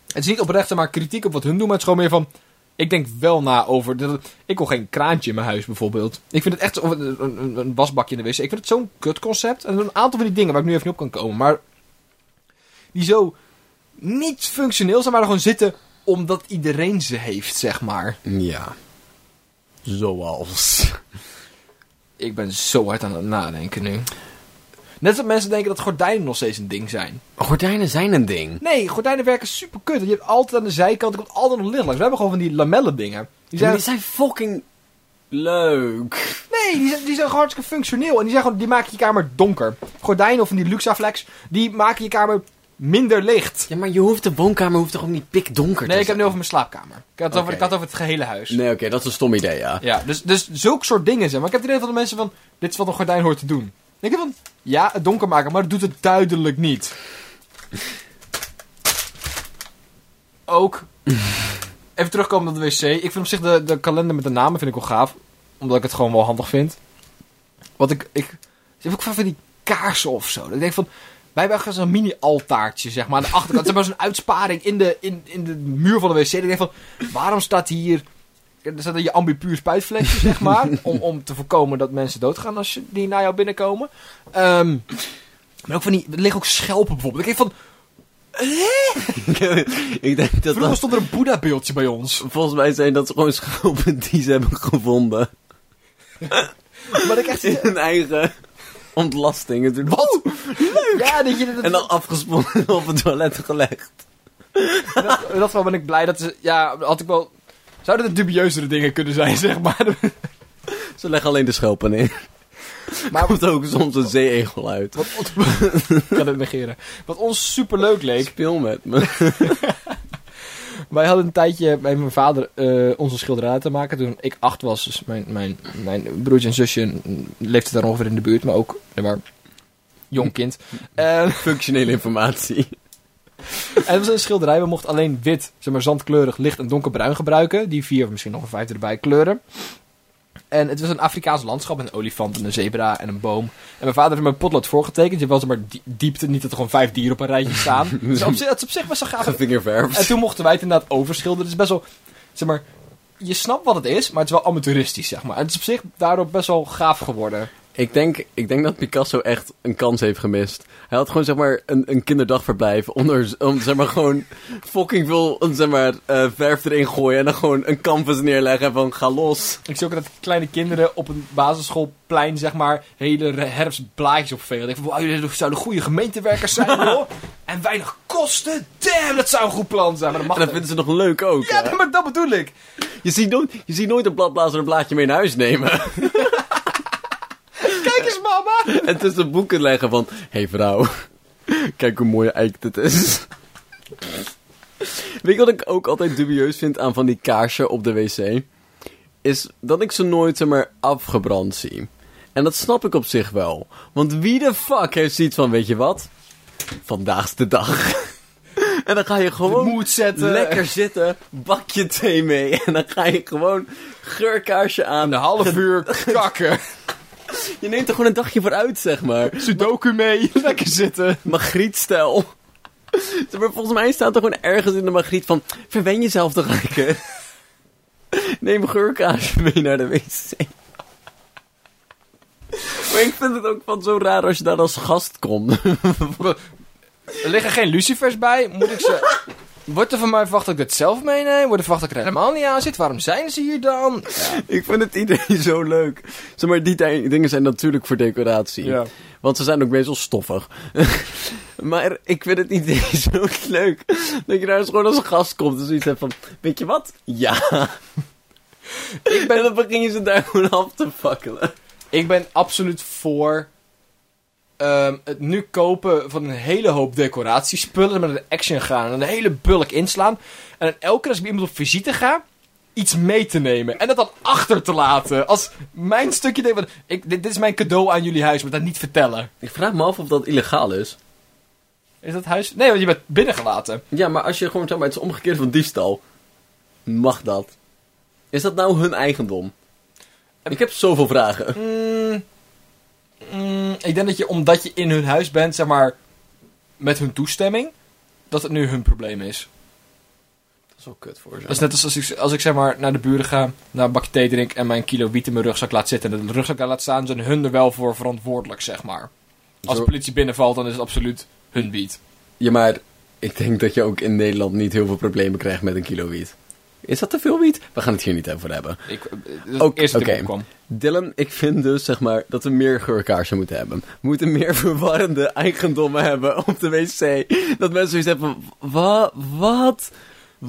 [SPEAKER 2] Het is niet oprecht maar kritiek op wat hun doen, maar het is gewoon meer van, ik denk wel na over, dat- ik wil geen kraantje in mijn huis bijvoorbeeld. Ik vind het echt, of een, een, een wasbakje in de wc, ik vind het zo'n kut concept. En er zijn een aantal van die dingen waar ik nu even niet op kan komen, maar die zo niet functioneel zijn, maar er gewoon zitten omdat iedereen ze heeft, zeg maar.
[SPEAKER 1] Ja. Zoals.
[SPEAKER 2] Ik ben zo hard aan het nadenken nu. Net als dat mensen denken dat gordijnen nog steeds een ding zijn.
[SPEAKER 1] Gordijnen zijn een ding.
[SPEAKER 2] Nee, gordijnen werken super kut. Je hebt altijd aan de zijkant, er komt altijd nog licht langs. We hebben gewoon van die lamellen dingen.
[SPEAKER 1] Maar
[SPEAKER 2] Die zijn,
[SPEAKER 1] die zijn fucking leuk.
[SPEAKER 2] nee, die zijn, die zijn gewoon hartstikke functioneel. En die, zijn gewoon, die maken je kamer donker. Gordijnen of van die Luxaflex, die maken je kamer minder licht.
[SPEAKER 1] Ja, maar je hoeft de woonkamer hoeft toch ook niet pikdonker
[SPEAKER 2] Nee,
[SPEAKER 1] te
[SPEAKER 2] ik heb
[SPEAKER 1] zijn?
[SPEAKER 2] nu over mijn slaapkamer. Ik had het, over,
[SPEAKER 1] dus- Oké.
[SPEAKER 2] ik had het over het gehele huis.
[SPEAKER 1] Nee, oké, dat is een stom idee, ja.
[SPEAKER 2] Ja, dus, dus zulke soort dingen zijn. Maar ik heb het idee van de mensen van, dit is wat een gordijn hoort te doen. Dan denk ik van, ja, het donker maken, maar dat doet het duidelijk niet. Ook, even terugkomen op de wc. Ik vind op zich de, de kalender met de namen vind ik wel gaaf. Omdat ik het gewoon wel handig vind. Wat ik, ik, ik heb ook vaak van die kaarsen of zo. Dat ik denk van, wij hebben echt zo'n mini-altaartje, zeg maar, aan de achterkant. Zeg maar zo'n uitsparing in de, in, in de muur van de wc. Dat ik denk van, waarom staat hier... Er staat dan je ambipuur spuitflesje, zeg maar. om, om te voorkomen dat mensen doodgaan als je- die naar jou binnenkomen. Ehm, maar ook van die... Er liggen ook schelpen bijvoorbeeld. Ik denk van...
[SPEAKER 1] ik denk dat
[SPEAKER 2] Vroeger
[SPEAKER 1] dat...
[SPEAKER 2] stond er een Boeddha-beeldje bij ons.
[SPEAKER 1] Volgens mij zijn dat gewoon schelpen die ze hebben gevonden.
[SPEAKER 2] Maar ik echt...
[SPEAKER 1] in hun eigen ontlasting. Het doet- Wat?
[SPEAKER 2] Ja, dat je... Dat,
[SPEAKER 1] En dan afgesponnen op het toilet gelegd.
[SPEAKER 2] dat, in dat geval ben ik blij dat ze... Ja, had ik wel... Zouden er dubieuzere dingen kunnen zijn, zeg maar.
[SPEAKER 1] Ze leggen alleen de schelpen in.
[SPEAKER 2] Maar
[SPEAKER 1] Komt ook soms een zeeegel uit.
[SPEAKER 2] Wat ons... ik kan het negeren. Wat ons superleuk leek.
[SPEAKER 1] Speel met me.
[SPEAKER 2] Wij hadden een tijdje bij mijn vader eh, onze schilderij te maken toen ik acht was. Dus mijn, mijn, mijn broertje en zusje mm, leefden daar ongeveer in de buurt, maar ook nee, maar, jong kind. en,
[SPEAKER 1] Functionele informatie.
[SPEAKER 2] en het was een schilderij, we mochten alleen wit, zeg maar zandkleurig, licht en donkerbruin gebruiken. Die vier, of misschien nog een vijfde erbij, kleuren. En het was een Afrikaans landschap met een olifant en een zebra en een boom. En mijn vader heeft me een potlood voorgetekend. Je was maar die- diepte, niet dat er gewoon vijf dieren op een rijtje staan. dus op zich, dat is op zich best wel gaaf. En
[SPEAKER 1] Gevingerverfd.
[SPEAKER 2] toen mochten wij het inderdaad overschilderen. Het is best wel, zeg maar, je snapt wat het is, maar het is wel amateuristisch, zeg maar. En het is op zich daardoor best wel gaaf geworden.
[SPEAKER 1] Ik denk, ik denk dat Picasso echt een kans heeft gemist. Hij had gewoon zeg maar een, een kinderdagverblijf. Onder, om zeg maar gewoon fucking veel om, zeg maar, eh, verf erin gooien. En dan gewoon een canvas neerleggen en van ga los.
[SPEAKER 2] Ik zie ook dat kleine kinderen op een basisschoolplein, zeg maar, hele re- herfstblaadjes opvelen. Ik denk van, wauw, jullie zouden goede gemeentewerkers zijn, hoor. En weinig kosten. Damn, dat zou een goed plan zijn. Maar dat mag
[SPEAKER 1] En dat
[SPEAKER 2] niet.
[SPEAKER 1] vinden ze nog leuk ook.
[SPEAKER 2] Ja,
[SPEAKER 1] hè?
[SPEAKER 2] maar dat bedoel ik.
[SPEAKER 1] Je, ziet nooit, je ziet nooit een bladblazer een blaadje mee naar huis nemen.
[SPEAKER 2] Kijk eens, mama.
[SPEAKER 1] en tussen boeken leggen van... Hé hey vrouw, kijk hoe mooie eik dit is. Weet je wat ik ook altijd dubieus vind aan van die kaarsen op de wc? Is dat ik ze nooit zeg maar afgebrand zie. En dat snap ik op zich wel. Want wie de fuck heeft zoiets van, weet je wat? Vandaag is de dag. en dan ga je gewoon...
[SPEAKER 2] Moed zetten.
[SPEAKER 1] Lekker zitten, bak je thee mee en dan ga je gewoon geurkaarsje aan.
[SPEAKER 2] Een half uur kakken.
[SPEAKER 1] Je neemt er gewoon een dagje voor uit, zeg maar.
[SPEAKER 2] Sudoku mee. Lekker zitten.
[SPEAKER 1] Magriet-stijl. Zeg maar, volgens mij staat er gewoon ergens in de Magriet van... Verwen jezelf toch lekker. Neem geurkaasje mee naar de wc. Maar ik vind het ook van zo raar als je daar als gast komt.
[SPEAKER 2] Er liggen geen lucifers bij. Moet ik ze... Wordt er van mij verwacht dat ik dit zelf meeneem? Wordt er verwacht dat ik er helemaal niet aan zit? Waarom zijn ze hier dan?
[SPEAKER 1] ik vind het idee zo leuk. Zeg maar, die tij- dingen zijn natuurlijk voor decoratie. Want ze zijn ook meestal stoffig. maar ik vind het idee zo leuk. Dat je daar eens gewoon als gast komt en zoiets hebt van... Weet je wat? Ja. ik ben... En dan begin je ze daar gewoon af te fakkelen.
[SPEAKER 2] Ik ben absoluut voor ehm, het nu kopen van een hele hoop decoratiespullen. Met een action gaan en een hele bulk inslaan. En dan elke keer als ik bij iemand op visite ga, iets mee te nemen. En dat dan achter te laten. Als mijn stukje ding. van, Ik, dit, dit is mijn cadeau aan jullie huis, maar dat niet vertellen.
[SPEAKER 1] Ik vraag me af of dat illegaal is.
[SPEAKER 2] Is dat huis? Nee, want je bent binnengelaten.
[SPEAKER 1] Ja, maar als je gewoon... Zeg maar, het is omgekeerd van diefstal. Mag dat? Is dat nou hun eigendom? Ik heb zoveel vragen.
[SPEAKER 2] Mm, mm, ik denk dat je, omdat je in hun huis bent, zeg maar, met hun toestemming, dat het nu hun probleem is.
[SPEAKER 1] Dat is wel kut voor ze.
[SPEAKER 2] Dat is net als als ik, als ik zeg maar naar de buren ga, naar een bakje thee drink en mijn kilo wiet in mijn rugzak laat zitten en de rugzak daar laat staan, zijn hun er wel voor verantwoordelijk, zeg maar. Als
[SPEAKER 1] Zo-
[SPEAKER 2] de politie binnenvalt, dan is het absoluut hun wiet.
[SPEAKER 1] Ja, maar ik denk dat je ook in Nederland niet heel veel problemen krijgt met een kilo wiet. Is dat te veel wiet? We gaan het hier niet over hebben.
[SPEAKER 2] Ik, eh, dat is
[SPEAKER 1] Ook-
[SPEAKER 2] het eerste dat
[SPEAKER 1] oké.
[SPEAKER 2] ik opkwam.
[SPEAKER 1] Dylan, ik vind dus zeg maar dat we meer geurkaarsen moeten hebben. We moeten meer verwarrende eigendommen hebben op de wc. Dat mensen zoiets hebben van, wa, wat?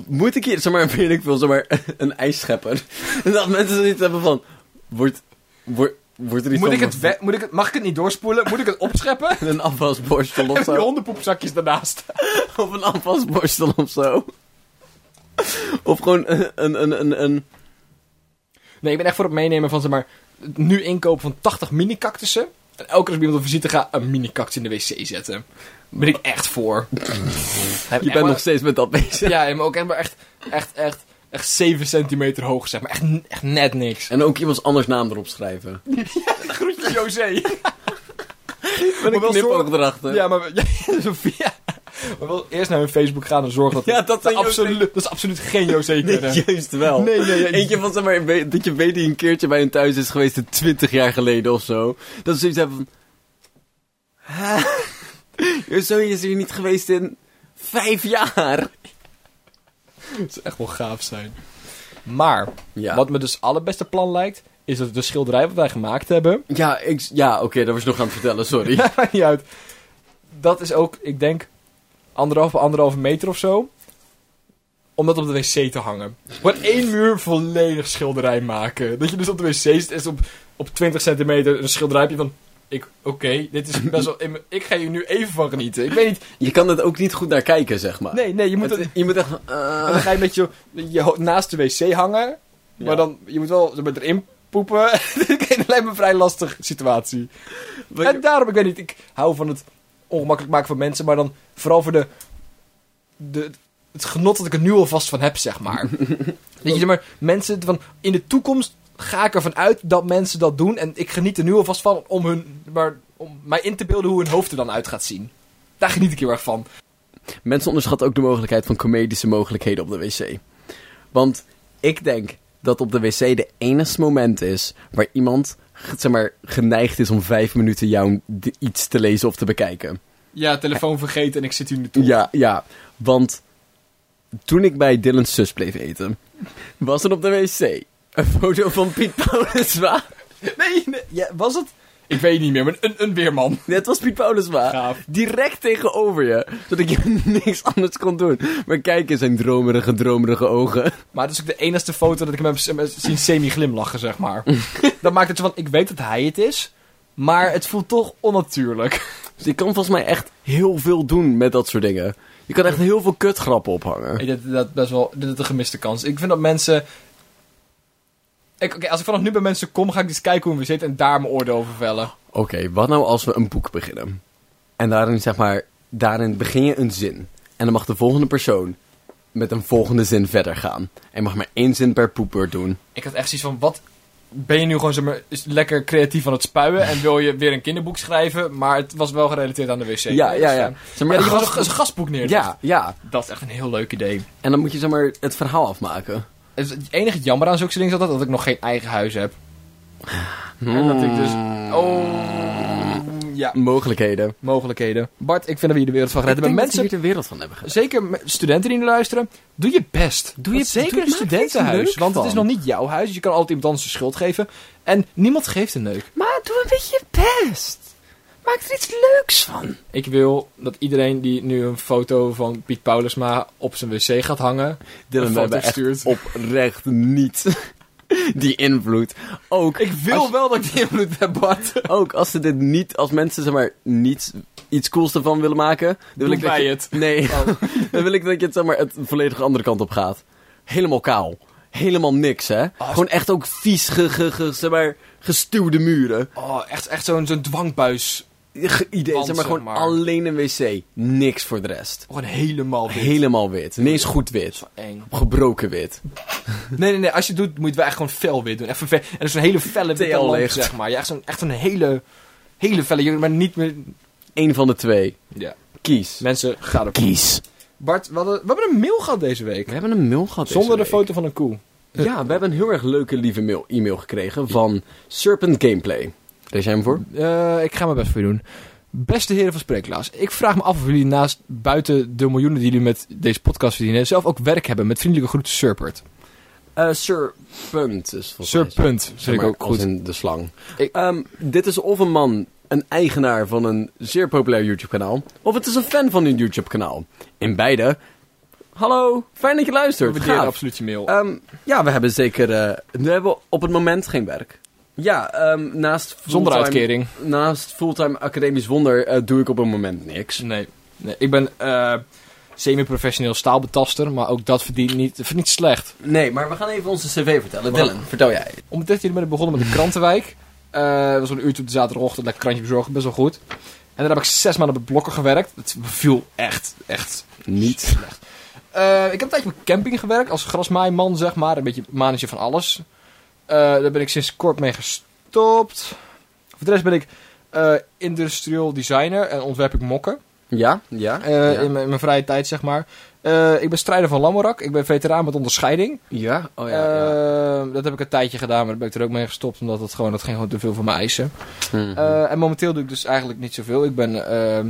[SPEAKER 1] Moet ik hier, zeg maar, weet ik veel, zeg maar, een ijsschepper. En dat mensen zoiets hebben van, wordt, wordt, wordt er iets
[SPEAKER 2] Moet
[SPEAKER 1] van
[SPEAKER 2] ik het we- moet ik het, mag ik het niet doorspoelen? Moet ik het opscheppen?
[SPEAKER 1] een afwasborstel of
[SPEAKER 2] En die
[SPEAKER 1] zo?
[SPEAKER 2] hondenpoepzakjes daarnaast.
[SPEAKER 1] Of een afwasborstel of zo. Of gewoon een, een, een, een, een...
[SPEAKER 2] Nee, ik ben echt voor het meenemen van, zeg maar, het nu inkopen van 80 mini-cactussen. En elke keer als ik bij iemand op visite ga, een mini-cactus in de wc zetten. Daar ben ik echt voor.
[SPEAKER 1] Je bent nog steeds met dat bezig.
[SPEAKER 2] Ja, maar ook echt, maar echt, echt, echt, echt 7 centimeter hoog, zeg maar. Echt, n- echt net niks.
[SPEAKER 1] En ook iemands anders naam erop schrijven.
[SPEAKER 2] Groetje José.
[SPEAKER 1] Met een
[SPEAKER 2] wel
[SPEAKER 1] knipoog
[SPEAKER 2] zorgen-
[SPEAKER 1] erachter.
[SPEAKER 2] Ja, maar... Ja, Sophia. Maar wel eerst naar hun Facebook gaan en zorgen dat...
[SPEAKER 1] Ja, dat zijn José.
[SPEAKER 2] absoluut, Dat is absoluut geen José
[SPEAKER 1] Nee,
[SPEAKER 2] kunnen.
[SPEAKER 1] juist wel.
[SPEAKER 2] Nee, nee, nee.
[SPEAKER 1] Eentje van, zeg maar, weet- dat je weet die een keertje bij hun thuis is geweest, 20 jaar geleden of zo. Dat ze zoiets hebben van... "Hè? Your zoon is hier niet geweest in vijf jaar.
[SPEAKER 2] Dat zou echt wel gaaf zijn. Maar,
[SPEAKER 1] Ja.
[SPEAKER 2] wat me dus allerbeste plan lijkt, is dat de schilderij wat wij gemaakt hebben.
[SPEAKER 1] Ja, ik, ja oké, dat was ik nog aan het vertellen, sorry.
[SPEAKER 2] Maakt niet uit. Dat is ook, ik denk, anderhalf bij anderhalve meter of zo. Om dat op de wc te hangen. Gewoon één muur volledig schilderij maken. Dat je dus op de wc zit en op, op 20 centimeter een schilderij heb je van... Ik, oké, dit is best wel... in- Ik ga hier nu even van genieten. Ik weet niet...
[SPEAKER 1] Je kan het ook niet goed naar kijken, zeg maar.
[SPEAKER 2] Nee, nee, je moet...
[SPEAKER 1] Het-
[SPEAKER 2] dat-
[SPEAKER 1] je moet echt...
[SPEAKER 2] En
[SPEAKER 1] eh,
[SPEAKER 2] dan ga je met je, je ho- naast de wc hangen. Maar
[SPEAKER 1] Ja.
[SPEAKER 2] dan, je moet wel met erin poepen. dat lijkt me een vrij lastige situatie. En daarom, ik weet niet, ik hou van het ongemakkelijk maken van mensen. Maar dan vooral voor de, de, het genot dat ik er nu alvast van heb, zeg maar. Weet je, zeg maar mensen van, in de toekomst ga ik ervan uit dat mensen dat doen. En ik geniet er nu alvast van om, hun, maar, om mij in te beelden hoe hun hoofd er dan uit gaat zien. Daar geniet ik heel erg van.
[SPEAKER 1] Mensen onderschatten ook de mogelijkheid van comedische mogelijkheden op de wc. Want ik denk dat op de wc de enigste moment is waar iemand g- zeg maar, geneigd is om vijf minuten jou d- iets te lezen of te bekijken.
[SPEAKER 2] Ja, telefoon vergeten en ik zit hier nu toe.
[SPEAKER 1] Ja, ja. Want toen ik bij Dylan's zus bleef eten, was er op de wc een foto van Piet Paulusma.
[SPEAKER 2] Nee, nee. Ja, was het? Ik weet niet meer, maar een, een weerman.
[SPEAKER 1] Net was Piet Paulusma.
[SPEAKER 2] Gaaf.
[SPEAKER 1] Direct tegenover je, zodat je niks anders kon doen. Maar kijk in zijn dromerige, dromerige ogen.
[SPEAKER 2] Maar dat is ook de enige foto dat ik hem heb s- heb zien semi-glimlachen, zeg maar. dat maakt het zo van, ik weet dat hij het is, maar het voelt toch onnatuurlijk.
[SPEAKER 1] Dus je kan volgens mij echt heel veel doen met dat soort dingen. Je kan echt heel veel kutgrappen ophangen.
[SPEAKER 2] Ik denk dat dat best wel dit is een gemiste kans. Ik vind dat mensen... Ik- Oké, als ik vanaf nu bij mensen kom, ga ik eens kijken hoe we zitten en daar mijn oordeel over vellen.
[SPEAKER 1] Oké, wat nou als we een boek beginnen? En daarin, zeg maar, daarin begin je een zin. En dan mag de volgende persoon met een volgende zin verder gaan. En mag maar één zin per poepbeurt doen.
[SPEAKER 2] Ik had echt zoiets van, wat... Ben je nu gewoon zeg maar, is lekker creatief aan het spuien en wil je weer een kinderboek schrijven, maar het was wel gerelateerd aan de wc.
[SPEAKER 1] ja, ja, ja. Zeg
[SPEAKER 2] Maar
[SPEAKER 1] maar,
[SPEAKER 2] ja, dat je
[SPEAKER 1] gast-
[SPEAKER 2] gewoon een, een gastboek neer.
[SPEAKER 1] ja, ja.
[SPEAKER 2] Dat is echt een heel leuk idee.
[SPEAKER 1] En dan moet je zeg maar, het verhaal afmaken.
[SPEAKER 2] Het enige jammer aan zulke dingen is altijd dat ik nog geen eigen huis heb. En dat ik dus... Oh... Ja.
[SPEAKER 1] Hmm. Mogelijkheden.
[SPEAKER 2] Mogelijkheden. Bart, ik vind dat we hier de wereld van gered hebben. Mensen,
[SPEAKER 1] de wereld van hebben gedaan.
[SPEAKER 2] zeker me- studenten die nu luisteren, doe je best.
[SPEAKER 1] Doe je-
[SPEAKER 2] Want zeker
[SPEAKER 1] doe- maak
[SPEAKER 2] een
[SPEAKER 1] er iets
[SPEAKER 2] studentenhuis,
[SPEAKER 1] leuks
[SPEAKER 2] want het is
[SPEAKER 1] van.
[SPEAKER 2] nog niet jouw huis. Dus je kan altijd iemand anders de schuld geven. En niemand geeft een neuk.
[SPEAKER 1] Maar doe een beetje je best. Maak er iets leuks van.
[SPEAKER 2] Ik wil dat iedereen die nu een foto van Piet Paulusma op zijn wc gaat hangen...
[SPEAKER 1] Dylan,
[SPEAKER 2] een
[SPEAKER 1] we
[SPEAKER 2] foto
[SPEAKER 1] hebben echt
[SPEAKER 2] stuurt.
[SPEAKER 1] oprecht niet die invloed. Ook,
[SPEAKER 2] Ik wil
[SPEAKER 1] Als-
[SPEAKER 2] wel dat ik die invloed heb, Bart.
[SPEAKER 1] ook als ze dit niet, als mensen zeg maar niet iets cools ervan willen maken, dan wil
[SPEAKER 2] Doe
[SPEAKER 1] ik dat
[SPEAKER 2] wij
[SPEAKER 1] je-
[SPEAKER 2] het.
[SPEAKER 1] Nee,
[SPEAKER 2] Oh,
[SPEAKER 1] dan wil ik dat je het zeg maar het volledig andere kant op gaat. Helemaal kaal. Helemaal niks, hè?
[SPEAKER 2] Ah,
[SPEAKER 1] Gewoon echt ook vies, ge, ge, ge- zeg maar, gestuwde muren.
[SPEAKER 2] Oh, echt, echt zo'n zo'n dwangbuis.
[SPEAKER 1] Ge- idee,
[SPEAKER 2] Want,
[SPEAKER 1] zeg maar,
[SPEAKER 2] zeg
[SPEAKER 1] gewoon
[SPEAKER 2] maar.
[SPEAKER 1] alleen een wc. Niks voor de rest.
[SPEAKER 2] Gewoon helemaal wit.
[SPEAKER 1] Helemaal wit. Niet eens goed wit.
[SPEAKER 2] Eng.
[SPEAKER 1] Gebroken wit.
[SPEAKER 2] Nee, nee, nee. Als je het doet, moet je het wel echt gewoon fel wit doen. Echt een fe- en dus zo'n hele felle witte
[SPEAKER 1] TL
[SPEAKER 2] lamp,
[SPEAKER 1] licht.
[SPEAKER 2] zeg maar. Ja, echt zo'n echt zo'n hele, hele felle... je- Maar niet meer...
[SPEAKER 1] Eén van de twee.
[SPEAKER 2] Ja.
[SPEAKER 1] Kies.
[SPEAKER 2] Mensen, ga erop.
[SPEAKER 1] Kies.
[SPEAKER 2] Bart, we, hadden- we hebben een mail gehad deze week.
[SPEAKER 1] We hebben een mail gehad
[SPEAKER 2] Zonder de
[SPEAKER 1] deze week.
[SPEAKER 2] foto van een koe.
[SPEAKER 1] Ja, we hebben een heel erg leuke, lieve mail, e-mail gekregen van Serpent Gameplay. Daar zijn we voor.
[SPEAKER 2] Eh, ik ga mijn best voor je doen. Beste heren van Spreeklaas, ik vraag me af of jullie naast buiten de miljoenen die jullie met deze podcast verdienen, zelf ook werk hebben met vriendelijke groeten Surpert.
[SPEAKER 1] Eh Serpent is volgens mij.
[SPEAKER 2] Surpunt,
[SPEAKER 1] Zeg
[SPEAKER 2] vind ik
[SPEAKER 1] maar,
[SPEAKER 2] ook
[SPEAKER 1] als
[SPEAKER 2] goed.
[SPEAKER 1] in de slang.
[SPEAKER 2] Ik-
[SPEAKER 1] Ehm, dit is of een man, een eigenaar van een zeer populair YouTube-kanaal, of het is een fan van een YouTube-kanaal. In beide. Hallo, fijn dat je
[SPEAKER 2] We
[SPEAKER 1] luistert.
[SPEAKER 2] waarderen
[SPEAKER 1] Gaaf.
[SPEAKER 2] absoluut je mail.
[SPEAKER 1] Ehm, ja, we hebben zeker. eh, we hebben op het moment geen werk. Ja, ehm, naast.
[SPEAKER 2] Zonder
[SPEAKER 1] fulltime-
[SPEAKER 2] uitkering.
[SPEAKER 1] Naast fulltime academisch wonder eh, doe ik op het moment niks.
[SPEAKER 2] Nee. nee. Ik ben eh, semi-professioneel staalbetaster, maar ook dat verdient niet, verdient slecht.
[SPEAKER 1] Nee, maar we gaan even onze cv vertellen.
[SPEAKER 2] Dylan,
[SPEAKER 1] vertel jij.
[SPEAKER 2] Om de 13 ben ik begonnen met de krantenwijk. Eh dat was een uurtje op de zaterdagochtend, lekker krantje bezorgen, best wel goed. En daar heb ik zes maanden op het blokken gewerkt. Het viel echt, echt
[SPEAKER 1] Niet.
[SPEAKER 2] slecht. Eh, ik heb een tijdje op een camping gewerkt, als grasmaaiman zeg maar. Een beetje mannetje van alles. Eh, daar ben ik sinds kort mee gestopt. Voor de rest ben ik eh, industrieel designer en ontwerp ik mokken.
[SPEAKER 1] Ja? Ja?
[SPEAKER 2] Eh, in, mijn, in mijn vrije tijd, zeg maar. Eh, ik ben strijder van Lamorak. Ik ben veteraan met onderscheiding.
[SPEAKER 1] Ja? Oh ja. ja.
[SPEAKER 2] Eh, dat heb ik een tijdje gedaan, maar daar ben ik er ook mee gestopt. Omdat dat gewoon, dat ging gewoon te veel van mijn eisen.
[SPEAKER 1] Hm.
[SPEAKER 2] Eh, en momenteel doe ik dus eigenlijk niet zoveel. Ik ben ehm,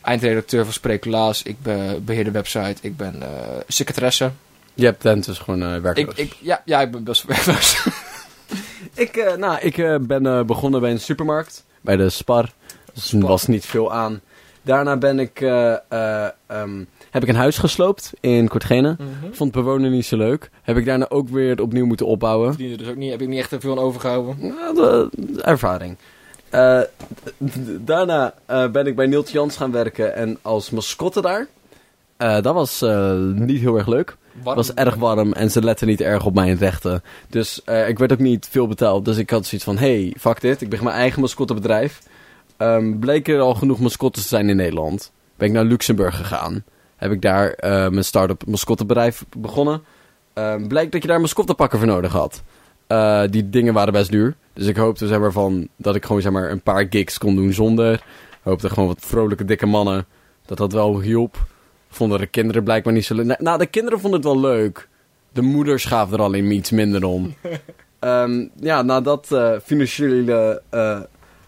[SPEAKER 2] eindredacteur van Spreeklaas. Ik ben beheerder website. Ik ben eh secretaresse.
[SPEAKER 1] je hebt tent dus gewoon eh werk.
[SPEAKER 2] Ik, ik, ja, ja, ik ben best werkloos.
[SPEAKER 1] Ik, eh, nou, ik eh, ben eh, begonnen bij een supermarkt. Bij de Spar. Dus er was niet veel aan. Daarna ben ik, eh, eh, ehm, heb ik een huis gesloopt in Kortgene. Vond bewoner niet zo leuk. Heb ik daarna ook weer het opnieuw moeten opbouwen.
[SPEAKER 2] Verdiende dus ook niet, heb ik niet echt veel aan overgehouden.
[SPEAKER 1] Nou, de- de ervaring. Eh, d- d- daarna eh, ben ik bij Niels Jans gaan werken en als mascotte daar. Eh, dat was eh, niet heel erg leuk. Het was erg warm en ze letten niet erg op mijn rechten. Dus eh, ik werd ook niet veel betaald. Dus ik had zoiets van, hey, fuck dit. Ik begin mijn eigen mascottebedrijf. Ehm bleken er al genoeg mascottes te zijn in Nederland. Ben ik naar Luxemburg gegaan. Heb ik daar eh, mijn start-up mascottebedrijf begonnen. Ehm blijkt dat je daar mascottepakken voor nodig had. Eh, die dingen waren best duur. Dus ik hoopte zeg maar, van, dat ik gewoon zeg maar, een paar gigs kon doen zonder. Hoopte gewoon wat vrolijke dikke mannen. Dat dat wel hielp. Vonden de kinderen blijkbaar niet zo leuk. Nou, de kinderen vonden het wel leuk. De moeders gaven er alleen iets minder om. Ehm, ja, na dat eh, financiële eh,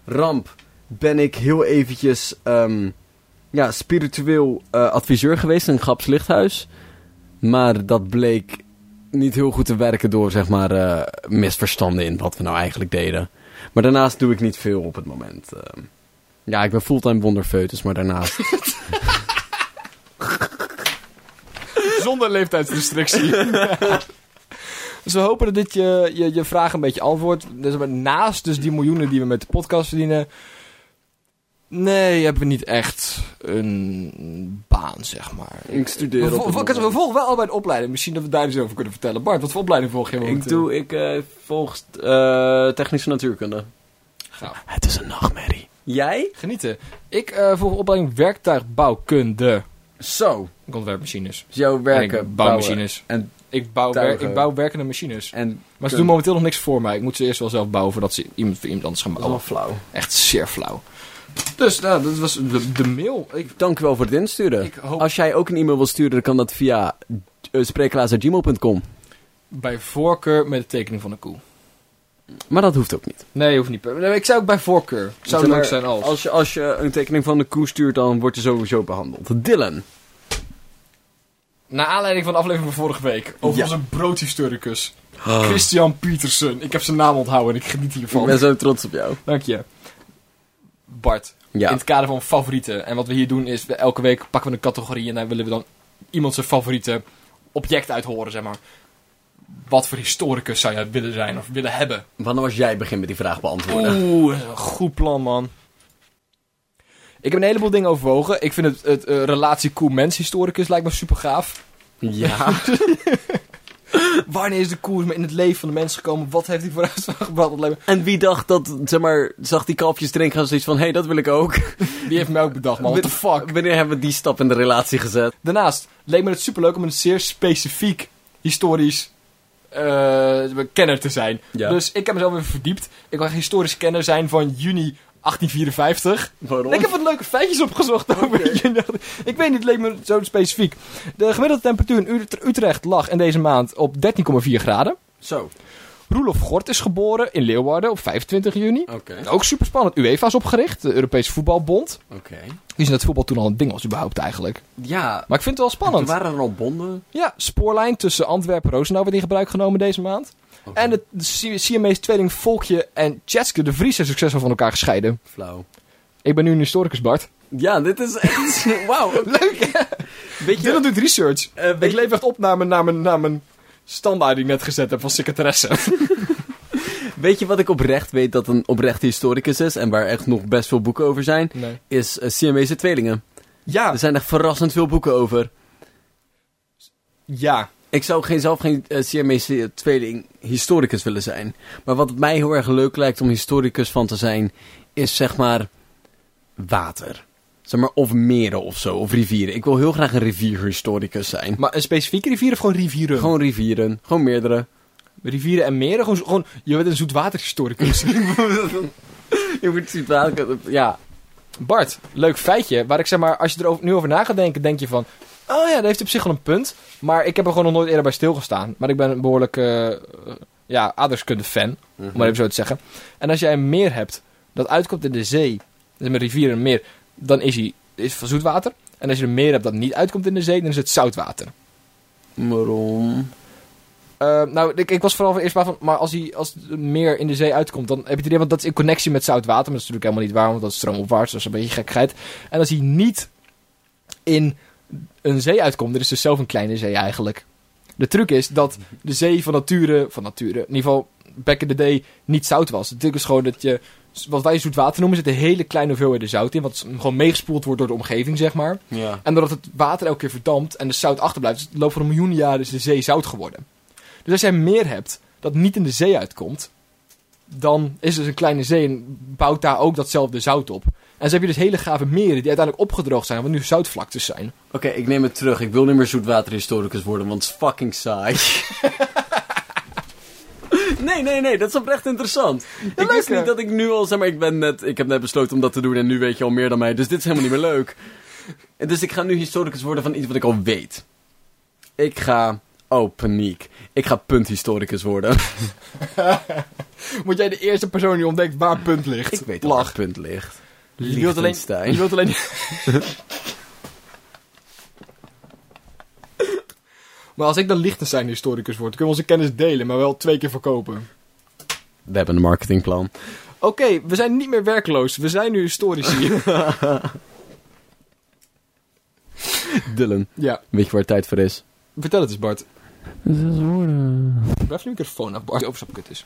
[SPEAKER 1] ramp ben ik heel eventjes ehm, ja, spiritueel eh, adviseur geweest in Gaps Lichthuis. Maar dat bleek niet heel goed te werken door zeg maar eh, misverstanden in wat we nou eigenlijk deden. Maar daarnaast doe ik niet veel op het moment. ehm. ja, ik ben fulltime wonderfeutus, maar daarnaast
[SPEAKER 2] Zonder leeftijdsrestrictie. dus we hopen dat dit je, je, je vraag een beetje antwoordt. Dus maar naast dus die miljoenen die we met de podcast verdienen... Nee, hebben we niet echt een baan, zeg maar.
[SPEAKER 1] Ik
[SPEAKER 2] We,
[SPEAKER 1] studeer
[SPEAKER 2] vol-
[SPEAKER 1] op het
[SPEAKER 2] we- we
[SPEAKER 1] moment.
[SPEAKER 2] volgen wel allebei een opleiding. Misschien dat we daar iets over kunnen vertellen. Bart, wat voor opleiding volg je
[SPEAKER 1] Ik
[SPEAKER 2] momenteel?
[SPEAKER 1] doe, ik eh, volg eh, technische natuurkunde.
[SPEAKER 2] eh, Gaaf.
[SPEAKER 1] Het is een nachtmerrie. Jij?
[SPEAKER 2] Genieten. Ik eh volg opleiding werktuigbouwkunde.
[SPEAKER 1] Zo.
[SPEAKER 2] Ik ontwerp machines.
[SPEAKER 1] Dus jouw werken,
[SPEAKER 2] ik bouw
[SPEAKER 1] bouwen
[SPEAKER 2] machines.
[SPEAKER 1] En,
[SPEAKER 2] Ik bouw, wer-
[SPEAKER 1] Tuigen.
[SPEAKER 2] ik bouw werkende machines.
[SPEAKER 1] en
[SPEAKER 2] Maar ze
[SPEAKER 1] Kun-
[SPEAKER 2] doen momenteel nog niks voor mij. Ik moet ze eerst wel zelf bouwen voordat ze iemand voor iemand anders gaan
[SPEAKER 1] allemaal
[SPEAKER 2] bouwen.
[SPEAKER 1] flauw.
[SPEAKER 2] Echt zeer flauw. Dus nou, dat was de, de mail. Ik,
[SPEAKER 1] Dank u wel voor het insturen.
[SPEAKER 2] ik hoop
[SPEAKER 1] Als jij ook een e-mail wilt sturen, dan kan dat via uh, spreeklaas.gmail.com.
[SPEAKER 2] bij voorkeur met de tekening van een koe.
[SPEAKER 1] Maar dat hoeft ook niet.
[SPEAKER 2] Nee, hoeft niet. per- Nee, ik zou ook bij voorkeur.
[SPEAKER 1] Zeg
[SPEAKER 2] Zou leuk
[SPEAKER 1] maar,
[SPEAKER 2] zijn als.
[SPEAKER 1] Als je, als je een tekening van de koe stuurt, dan word je sowieso behandeld. Dylan.
[SPEAKER 2] Naar aanleiding van de aflevering van vorige week. Over
[SPEAKER 1] Ja.
[SPEAKER 2] onze broodhistoricus. Christian Pietersen. Ik heb zijn naam onthouden en ik geniet
[SPEAKER 1] Ik
[SPEAKER 2] hiervan.
[SPEAKER 1] ben zo trots op jou.
[SPEAKER 2] Dank je. Bart, in
[SPEAKER 1] Ja.
[SPEAKER 2] het kader van favorieten. En wat we hier doen is, we- elke week pakken we een categorie en daar willen we dan iemand zijn favoriete object uit horen, zeg maar. Wat voor historicus zou jij willen zijn of willen hebben?
[SPEAKER 1] Wanneer was jij begin met die vraag beantwoorden?
[SPEAKER 2] Oeh, goed plan, man. Ik heb een heleboel dingen overwogen. Ik vind het, het eh, relatie koe-mens-historicus lijkt me super gaaf.
[SPEAKER 1] Ja.
[SPEAKER 2] Wanneer is de koe in het leven van de mens gekomen? Wat heeft hij vooruit gebracht? Dat lijkt
[SPEAKER 1] En wie dacht dat, zeg maar, zag die kalfjes drinken en zoiets van, hé, hey, dat wil ik ook.
[SPEAKER 2] me- Wie heeft mij ook bedacht, man? What the fuck?
[SPEAKER 1] Wanneer hebben we die stap in de relatie gezet?
[SPEAKER 2] Daarnaast leek me het superleuk om een zeer specifiek historisch eh, kenner te zijn.
[SPEAKER 1] Ja.
[SPEAKER 2] Dus ik heb mezelf even verdiept. Ik wil een historisch kenner zijn van juni 1854.
[SPEAKER 1] Waarom?
[SPEAKER 2] En ik heb wat leuke feitjes opgezocht over juni 18 Ik weet niet, het leek me zo specifiek. De gemiddelde temperatuur in Ut- Utrecht lag in deze maand op 13,4 graden.
[SPEAKER 1] Zo.
[SPEAKER 2] Roelof Gort is geboren in Leeuwarden op 25 juni.
[SPEAKER 1] Oké.
[SPEAKER 2] Ook super spannend. UEFA is opgericht, de Europese voetbalbond.
[SPEAKER 1] Oké.
[SPEAKER 2] Die is dat voetbal toen al een ding was überhaupt eigenlijk.
[SPEAKER 1] Ja.
[SPEAKER 2] Maar ik vind het wel spannend.
[SPEAKER 1] Er waren er al bonden.
[SPEAKER 2] Ja, spoorlijn tussen Antwerpen en Roosendaal werd in gebruik genomen deze maand.
[SPEAKER 1] Oké.
[SPEAKER 2] En de, de Sier- Siamese tweeling Volkje en Tjetske de Vries zijn succesvol van elkaar gescheiden.
[SPEAKER 1] Flauw.
[SPEAKER 2] Ik ben nu een historicus, Bart.
[SPEAKER 1] Ja, dit is echt... Wauw.
[SPEAKER 2] Leuk, hè?
[SPEAKER 1] Weet je...
[SPEAKER 2] Dylan doet research.
[SPEAKER 1] eh, weet
[SPEAKER 2] Ik leef echt op naar mijn, naar mijn, naar mijn standaard die ik net gezet heb van secretaresse.
[SPEAKER 1] Weet je wat ik oprecht weet dat een oprechte historicus is en waar echt nog best veel boeken over zijn?
[SPEAKER 2] Nee. Dus-
[SPEAKER 1] Is eh, Siamese tweelingen.
[SPEAKER 2] Ja,
[SPEAKER 1] Er zijn echt verrassend veel boeken over.
[SPEAKER 2] ja.
[SPEAKER 1] Ik zou geen, zelf geen eh, Siamese tweeling historicus willen zijn. Maar wat mij heel erg leuk lijkt om historicus van te zijn, is zeg maar water. Zeg maar, of meren of zo, of rivieren. Ik wil heel graag een rivierhistoricus zijn.
[SPEAKER 2] Maar een specifieke rivier of gewoon rivieren?
[SPEAKER 1] Gewoon rivieren, gewoon meerdere.
[SPEAKER 2] rivieren en meren? Gewoon, gewoon, je bent een zoetwaterhistoricus.
[SPEAKER 1] Je moet zien, water- ja.
[SPEAKER 2] Bart, leuk feitje. Waar ik zeg maar, als je er over- nu over na gaat denken, denk je van... Oh ja, dat heeft op zich wel een punt. Maar ik heb er gewoon nog nooit eerder bij stilgestaan. Maar ik ben een behoorlijk eh, eh, ja, aardrijkskunde-fan.
[SPEAKER 1] Mhm.
[SPEAKER 2] Om maar even zo te zeggen. En als jij een meer hebt dat uitkomt in de zee... Dus met rivier en meer, dan is hij is van zoetwater. En als je een meer hebt dat niet uitkomt in de zee, dan is het zoutwater.
[SPEAKER 1] Waarom?
[SPEAKER 2] Eh, Eh, nou, ik, ik was vooral van eerst maar van, maar als, hij, als het meer in de zee uitkomt, dan heb je het idee, want dat is in connectie met zout water, maar dat is natuurlijk helemaal niet waar, want dat is stroomopwaarts, dat is een beetje gekkigheid. En als hij niet in een zee uitkomt, er is dus zelf een kleine zee eigenlijk. De truc is dat de zee van nature, van nature, in ieder geval back in the day, niet zout was. De truc is gewoon dat je, wat wij zoet water noemen, zit een hele kleine hoeveelheid zout in, wat gewoon meegespoeld wordt door de omgeving, zeg maar.
[SPEAKER 1] Ja.
[SPEAKER 2] En doordat het water elke keer verdampt en de zout achterblijft, is het loop van een miljoen jaar is de zee zout geworden. Dus als jij meer hebt dat niet in de zee uitkomt, dan is dus een kleine zee en bouwt daar ook datzelfde zout op. En zo heb je dus hele gave meren die uiteindelijk opgedroogd zijn, wat nu zoutvlaktes zijn.
[SPEAKER 1] Oké, ik neem het terug. Ik wil niet meer zoetwaterhistoricus worden, want het is fucking saai. nee, nee, nee, dat is oprecht interessant. ik wist
[SPEAKER 2] leuk, hè?
[SPEAKER 1] niet dat ik nu al, zeg maar, ik ben net, ik heb net besloten om dat te doen en nu weet je al meer dan mij, dus dit is helemaal niet meer leuk. En Dus ik ga nu historicus worden van iets wat ik al weet. Ik ga, oh paniek, ik ga punthistoricus worden.
[SPEAKER 2] Word jij de eerste persoon die ontdekt waar punt ligt?
[SPEAKER 1] ik weet al waar
[SPEAKER 2] Lach.
[SPEAKER 1] het punt ligt.
[SPEAKER 2] Je wilt alleen... Je
[SPEAKER 1] Liechtenstein.
[SPEAKER 2] wilt alleen... maar als ik dan Liechtenstein historicus word, kunnen we onze kennis delen, maar wel twee keer verkopen.
[SPEAKER 1] We hebben een marketingplan.
[SPEAKER 2] Oké, we zijn niet meer werkloos. We zijn nu historici.
[SPEAKER 1] Dylan,
[SPEAKER 2] ja,
[SPEAKER 1] weet je waar het tijd voor is?
[SPEAKER 2] vertel het eens, Bart.
[SPEAKER 1] Zes woorden.
[SPEAKER 2] Blijf nu microfoon af, Bart. Die overstap kut is.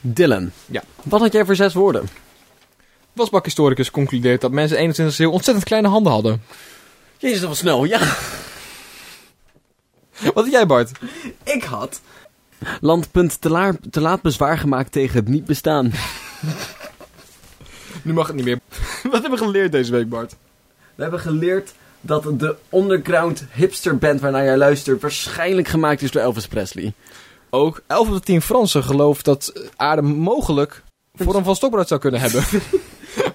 [SPEAKER 1] Dylan.
[SPEAKER 2] Ja.
[SPEAKER 1] Wat had jij voor zes woorden?
[SPEAKER 2] Wasbakhistoricus concludeert dat mensen 21 eeuw ontzettend kleine handen hadden.
[SPEAKER 1] Jezus, dat was snel. Ja,
[SPEAKER 2] Wat had jij, Bart?
[SPEAKER 1] Ik had. Landpunt te, laar- te laat bezwaar gemaakt tegen het niet bestaan.
[SPEAKER 2] Nu mag het niet meer. Wat hebben we geleerd deze week, Bart?
[SPEAKER 1] We hebben geleerd dat de underground hipsterband waarnaar jij luistert waarschijnlijk gemaakt is door Elvis Presley.
[SPEAKER 2] Ook 11 op de 10 Fransen gelooft dat eh, aarde mogelijk vorm van stokbrood zou kunnen hebben.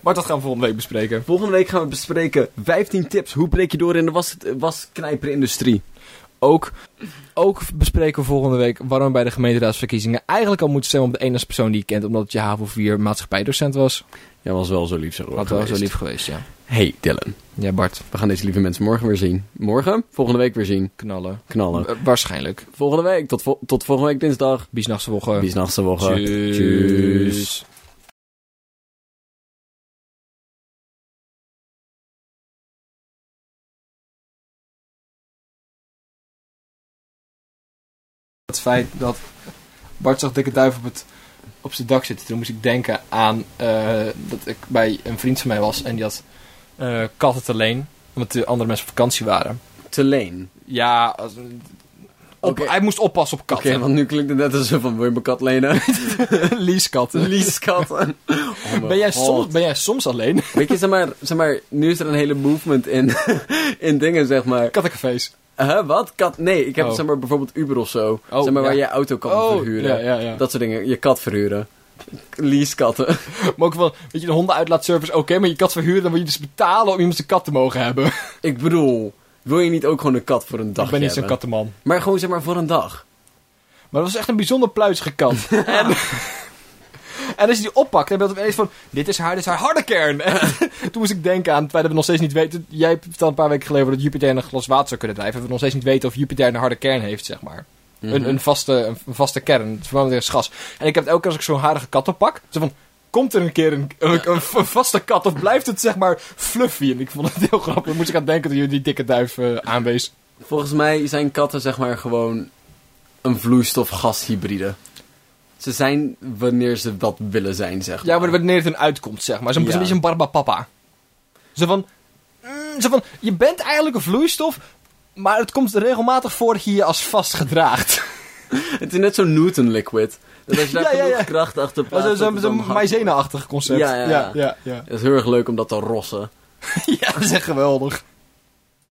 [SPEAKER 2] Bart, dat gaan we volgende week bespreken.
[SPEAKER 1] Volgende week gaan we bespreken 15 tips. Hoe breek je door in de was- wasknijperindustrie?
[SPEAKER 2] Ook, ook bespreken we volgende week waarom bij de gemeenteraadsverkiezingen eigenlijk al moet stemmen op de enige persoon die je kent, omdat het je HAVO 4 maatschappijdocent was.
[SPEAKER 1] Jij was wel zo lief, zo
[SPEAKER 2] Had wel zo lief geweest, ja.
[SPEAKER 1] Hey Dylan,
[SPEAKER 2] Ja, Bart,
[SPEAKER 1] we gaan deze lieve mensen morgen weer zien. Morgen? Volgende week weer zien.
[SPEAKER 2] knallen.
[SPEAKER 1] Knallen.
[SPEAKER 2] Eh, waarschijnlijk.
[SPEAKER 1] Volgende week. Tot, vol- tot volgende week dinsdag.
[SPEAKER 2] Biesnachtse woche.
[SPEAKER 1] Wie is nachtse woche.
[SPEAKER 2] Tjus. Het feit dat Bart zag dikke duif op, het, op zijn dak zitten. Toen moest ik denken aan eh, dat ik bij een vriend van mij was en die had eh, katten te leen. Omdat de andere mensen op vakantie waren.
[SPEAKER 1] Te leen.
[SPEAKER 2] Ja, als- op-
[SPEAKER 1] Oké.
[SPEAKER 2] hij moest oppassen op
[SPEAKER 1] Oké,
[SPEAKER 2] katten.
[SPEAKER 1] want nu klinkt het net alsof van, wil je mijn kat lenen?
[SPEAKER 2] Leaskatten.
[SPEAKER 1] Lieskatten.
[SPEAKER 2] Ben jij, soms, ben jij soms alleen?
[SPEAKER 1] Weet je, zeg maar, zeg maar, nu is er een hele movement in, in dingen, zeg maar.
[SPEAKER 2] Kattencafés.
[SPEAKER 1] Huh, wat? Kat? Nee, ik heb
[SPEAKER 2] Oh.
[SPEAKER 1] zeg maar, bijvoorbeeld Uber of zo.
[SPEAKER 2] Oh,
[SPEAKER 1] zeg maar, waar
[SPEAKER 2] ja.
[SPEAKER 1] je auto kan verhuren.
[SPEAKER 2] Oh, ja, ja, ja.
[SPEAKER 1] Dat soort dingen. Je kat verhuren. Leaskatten.
[SPEAKER 2] Maar ook wel, weet je, de hondenuitlaatservice, oké, maar je kat verhuren, dan moet je dus betalen om iemand zijn kat te mogen hebben.
[SPEAKER 1] Ik bedoel, wil je niet ook gewoon een kat voor een dag
[SPEAKER 2] ik ben niet zo'n
[SPEAKER 1] hebben?
[SPEAKER 2] kattenman.
[SPEAKER 1] Maar gewoon zeg maar voor een dag.
[SPEAKER 2] Maar dat was echt een bijzonder pluizige kat. en, en als je die oppakt, dan ben je opeens van, dit is haar, dit is haar harde kern. En toen moest ik denken aan het feit dat we nog steeds niet weten, jij hebt verteld een paar weken geleden dat Jupiter in een glas water zou kunnen drijven, dat we nog steeds niet weten of Jupiter een harde kern heeft, zeg maar. een, een, vaste, een, vaste kern, het verwarmt tegen gas. En ik heb het elke keer als ik zo'n harige kat oppak, zo van, komt er een keer een, een, een v- een vaste kat of blijft het zeg maar fluffy? En ik vond het heel grappig, daar moest ik aan denken toen je die dikke duif eh, aanwees.
[SPEAKER 1] Volgens mij zijn katten zeg maar gewoon een vloeistof-gashybride. Ze zijn wanneer ze dat willen zijn, zeg
[SPEAKER 2] Ja, maar wanneer het hun uitkomt, zeg maar. Zo'n
[SPEAKER 1] Ja.
[SPEAKER 2] beetje een barbapapa. Zo van, mm, zo van, je bent eigenlijk een vloeistof, maar het komt regelmatig voor dat je je als vast gedraagt.
[SPEAKER 1] Het is net zo'n Newton liquid. Dat als je daar
[SPEAKER 2] Ja, ja,
[SPEAKER 1] genoeg
[SPEAKER 2] ja.
[SPEAKER 1] kracht achter plaatst...
[SPEAKER 2] Zo'n
[SPEAKER 1] dat
[SPEAKER 2] zo,
[SPEAKER 1] het
[SPEAKER 2] zo
[SPEAKER 1] dan hard
[SPEAKER 2] Maizena-achtig concept.
[SPEAKER 1] Ja, ja, ja.
[SPEAKER 2] ja, ja.
[SPEAKER 1] Het is heel erg leuk om dat te rossen.
[SPEAKER 2] Ja, dat is echt geweldig.